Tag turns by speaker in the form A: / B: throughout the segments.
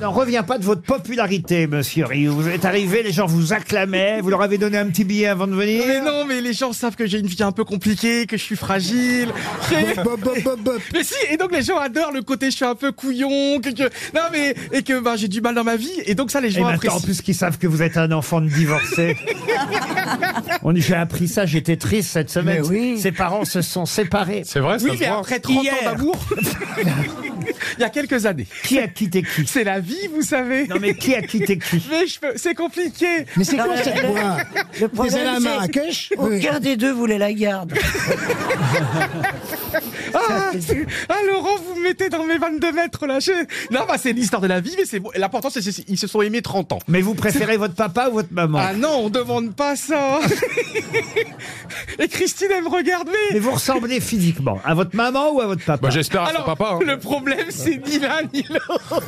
A: n'en reviens pas de votre popularité, monsieur Rioux. Vous êtes arrivé, les gens vous acclamaient, vous leur avez donné un petit billet avant de venir.
B: Mais non, mais les gens savent que j'ai une vie un peu compliquée, que je suis fragile. que-
C: Bop, bop, bop, bop.
B: Mais si, et donc les gens adorent le côté je suis un peu couillon, que, que- non mais et que bah, j'ai du mal dans ma vie, et donc ça les
A: Et
D: Eh
B: gens
D: ben,
A: maintenant, en
B: apprécient.
A: plus qu'ils savent que vous êtes un enfant de divorcé. On y- j'ai appris ça, j'étais triste cette semaine. Ses parents se sont séparés.
D: C'est vrai,
B: Oui,
D: ça se
B: mais
D: voit.
B: après 30
A: Hier.
B: ans d'amour, il y a quelques années.
A: Qui a quitté qui
B: C'est la vie, vous savez.
A: Non mais qui a quitté qui
B: Mais je peux- c'est compliqué.
C: Mais c'est
E: Ah
C: quoi cette loi
F: Le
C: Vous allez à
F: problème, c'est
C: Marrakech
E: Oh,
C: Oui.
F: aucun des deux voulait la garde.
B: Ah, c'est- ah, Laurent, vous me mettez dans mes 22 mètres là. Je- Non, bah c'est l'histoire de la vie, mais c'est bon. l'important c'est c'est- ils se sont aimés 30 ans.
A: Mais vous préférez votre papa ou votre maman
B: Ah non, on demande pas ça. et Christine, elle me regarde,
A: Mais
B: mais.
A: vous ressemblez physiquement à votre maman ou à votre papa
D: Bah,
G: ah,
D: J'espère à son
B: Alors,
D: papa. hein.
B: le problème, c'est ni l'un ni l'autre.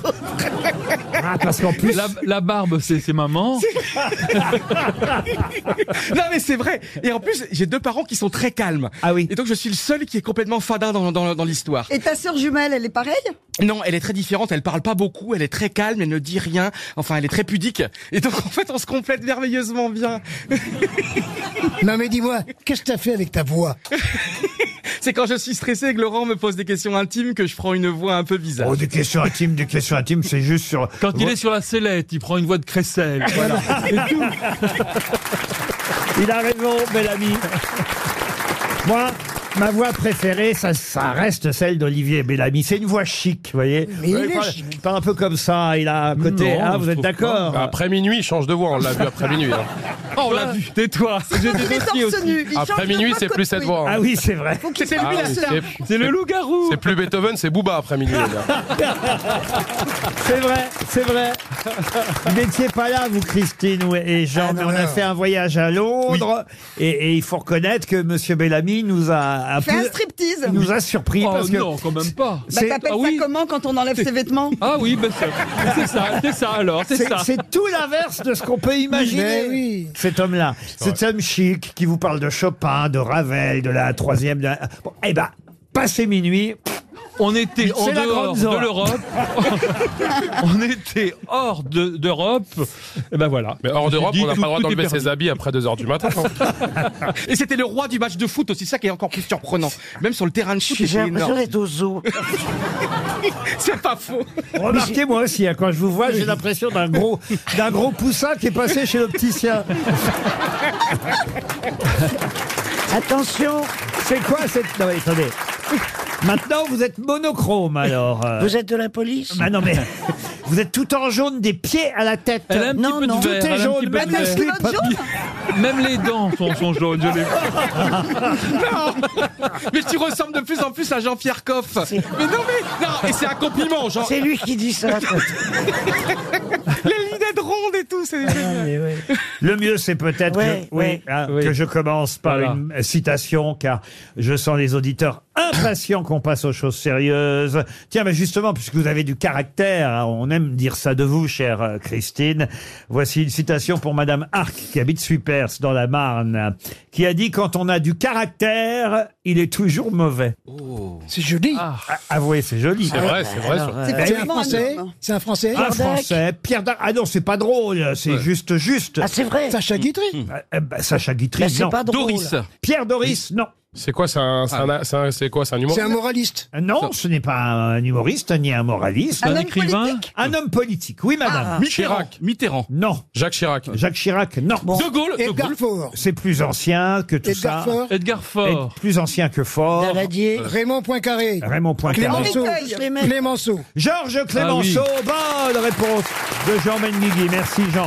A: Ah, parce qu'en plus,
G: La, la barbe, c'est c'est maman.
B: Non, mais c'est vrai. Et en plus, j'ai deux parents qui sont très calmes.
A: Ah oui.
B: Et donc, je suis le seul qui est complètement fadin dans, dans, dans l'histoire.
E: Et ta sœur jumelle, elle est pareille
B: Non, elle est très différente. Elle parle pas beaucoup. Elle est très calme. Elle ne dit rien. Enfin, elle est très pudique. Et donc, en fait, on se complète merveilleusement bien.
C: Non mais dis-moi, qu'est-ce que t'as fait avec ta voix
B: C'est quand je suis stressé et que Laurent me pose des questions intimes que je prends une voix un peu bizarre.
A: Oh, des questions intimes, des questions intimes, c'est juste sur.
G: Quand il est sur la sellette, il prend une voix de crécelle. Voilà.
A: Il a raison, bel ami. Moi, ma voix préférée, ça, ça reste celle d'Olivier Bellamy. C'est une voix chic, vous voyez.
C: il
A: Ouais,
C: est
A: parle- parle un peu comme ça, il a un côté.
G: Non,
A: ah,
G: je
A: vous êtes
G: trouve pas.
A: d'accord
D: Bah, Après minuit, il change de voix. On l'a vu après minuit. hein.
G: Oh, on l'a vu. Tais-toi. J'ai des
E: Il est
G: dossiers
E: torse
G: aussi.
E: nu. il change
D: Après
E: de
D: minuit,
E: voix
D: c'est
E: de
D: plus cette
E: couille.
D: voix. hein.
A: Ah oui, c'est vrai.
E: Faut qu'il
B: C'est
E: fasse
B: lui,
E: la
D: Ah oui,
E: sœur.
D: c'est-
G: C'est le loup-garou.
D: C'est plus Beethoven, c'est Booba après minuit. les gars.
A: C'est vrai, c'est vrai. Vous n'étiez pas là, vous, Christine ou- et Jean,
C: Ah, non,
A: mais on a
C: non.
A: fait un voyage à Londres. Et, et il faut reconnaître que Monsieur Bellamy nous a, a
E: Fais un
A: plus-
E: striptease.
A: il nous a surpris
G: Oh
A: parce que
G: non, quand même pas.
E: Bah,
A: c'est-
E: t'appelles
G: ah oui.
E: ça comment quand on enlève ses vêtements
G: Ah oui, ben ça- c'est ça, c'est ça alors, c'est
A: c'est-
G: ça.
A: c'est tout l'inverse de ce qu'on peut imaginer.
C: Mais oui.
A: Cet homme-là, cet homme chic qui vous parle de Chopin, de Ravel, de la troisième. de la- Bon, eh ben, passé minuit,
G: On était
A: C'est
G: en
A: la
G: dehors
A: grande Zora.
G: de l'Europe. on était hors de- d'Europe. Et ben voilà.
D: Mais
G: J'ai
D: hors d'Europe,
G: dit,
D: on n'a pas
G: tout-
D: le droit
G: tout est
D: d'enlever
G: permis.
D: ses habits après 2h du matin. hein.
B: Et c'était le roi du match de foot aussi, ça qui est encore plus surprenant. Même sur le terrain de foot,
F: J'ai
B: c'est
F: l'impression
B: énorme.
F: d'être au zoo.
B: C'est pas faux.
A: remarquez moi aussi, hein, quand je vous vois, j'ai l'impression d'un gros, d'un gros poussin qui est passé chez l'opticien.
F: Attention,
A: C'est quoi cette. Non, mais attendez. Maintenant, vous êtes monochrome, alors. euh.
F: vous êtes de la police
A: Ah non, mais. Vous êtes tout en jaune des pieds à la tête.
G: Elle a un petit
F: Non,
G: peu
F: non.
G: de
A: Tout
G: vert. elle
A: est
G: a un
A: jaune,
G: petit
E: Bah,
G: peu de
A: même le
G: vert.
A: slip.
E: Claude Jaune
G: Même les dents sont, sont jaunes. je l'ai vu.
B: Mais tu ressembles de plus en plus à Jean-Pierre Coff. Mais non, mais non, et c'est un compliment, genre
F: C'est lui qui dit ça. quoi.
B: les lunettes rondes et tout. C'est
A: Le mieux, c'est peut-être
F: Ouais,
A: que,
F: ouais.
A: hein,
G: Oui.
A: que je commence par
G: Voilà.
A: une citation, car je sens les auditeurs impatients qu'on passe aux choses sérieuses. Tiens, mais justement, puisque vous avez du caractère, hein, on aime dire ça de vous, chère euh, Christine. Voici une citation pour Madame Arc, qui habite Supers, dans la Marne, qui a dit Quand on a du caractère, il est toujours mauvais.
C: C'est joli.
A: Ah, Avouez, c'est joli.
D: C'est vrai, c'est vrai.
F: Alors,
D: sur-
F: euh,
E: C'est
C: C'est un
E: forcément
C: français
E: homme.
C: C'est un français
A: Un
F: Pierre Dac.
A: français, Pierre Dac. Ah non, c'est pas drôle, c'est juste, juste.
F: Ah, c'est vrai.
C: Sacha Guitry
A: Euh, bah, Sacha Guitry,
F: Mais c'est
A: non.
F: pas drôle.
B: Doris.
A: Pierre Doris, non.
D: C'est quoi, c'est un, c'est un- c'est un- c'est quoi, c'est un humour
C: C'est un moraliste.
A: Euh, Non, ce n'est pas un humoriste ni un moraliste.
E: Un
G: Un
E: homme
G: écrivain.
E: politique
A: Un homme politique, oui madame.
B: Mitterrand.
D: Chirac.
B: Mitterrand.
A: Non.
D: Jacques Chirac.
A: Jacques Chirac, non.
B: De Gaulle. De
C: Edgar
B: Gaulle.
C: Faure.
A: C'est plus ancien que tout
C: Edgar
A: ça.
C: Faure.
G: Edgar Faure. Oh.
A: Et plus ancien que fort.
D: Euh,
F: Daladier.
C: Raymond Poincaré.
A: Raymond Poincaré.
E: Clémenceau.
C: Clémenceau.
E: Henri Teuil.
C: Clémenceau.
A: Georges Clémenceau, bonne réponse de Jean Benguigui. Merci Jean.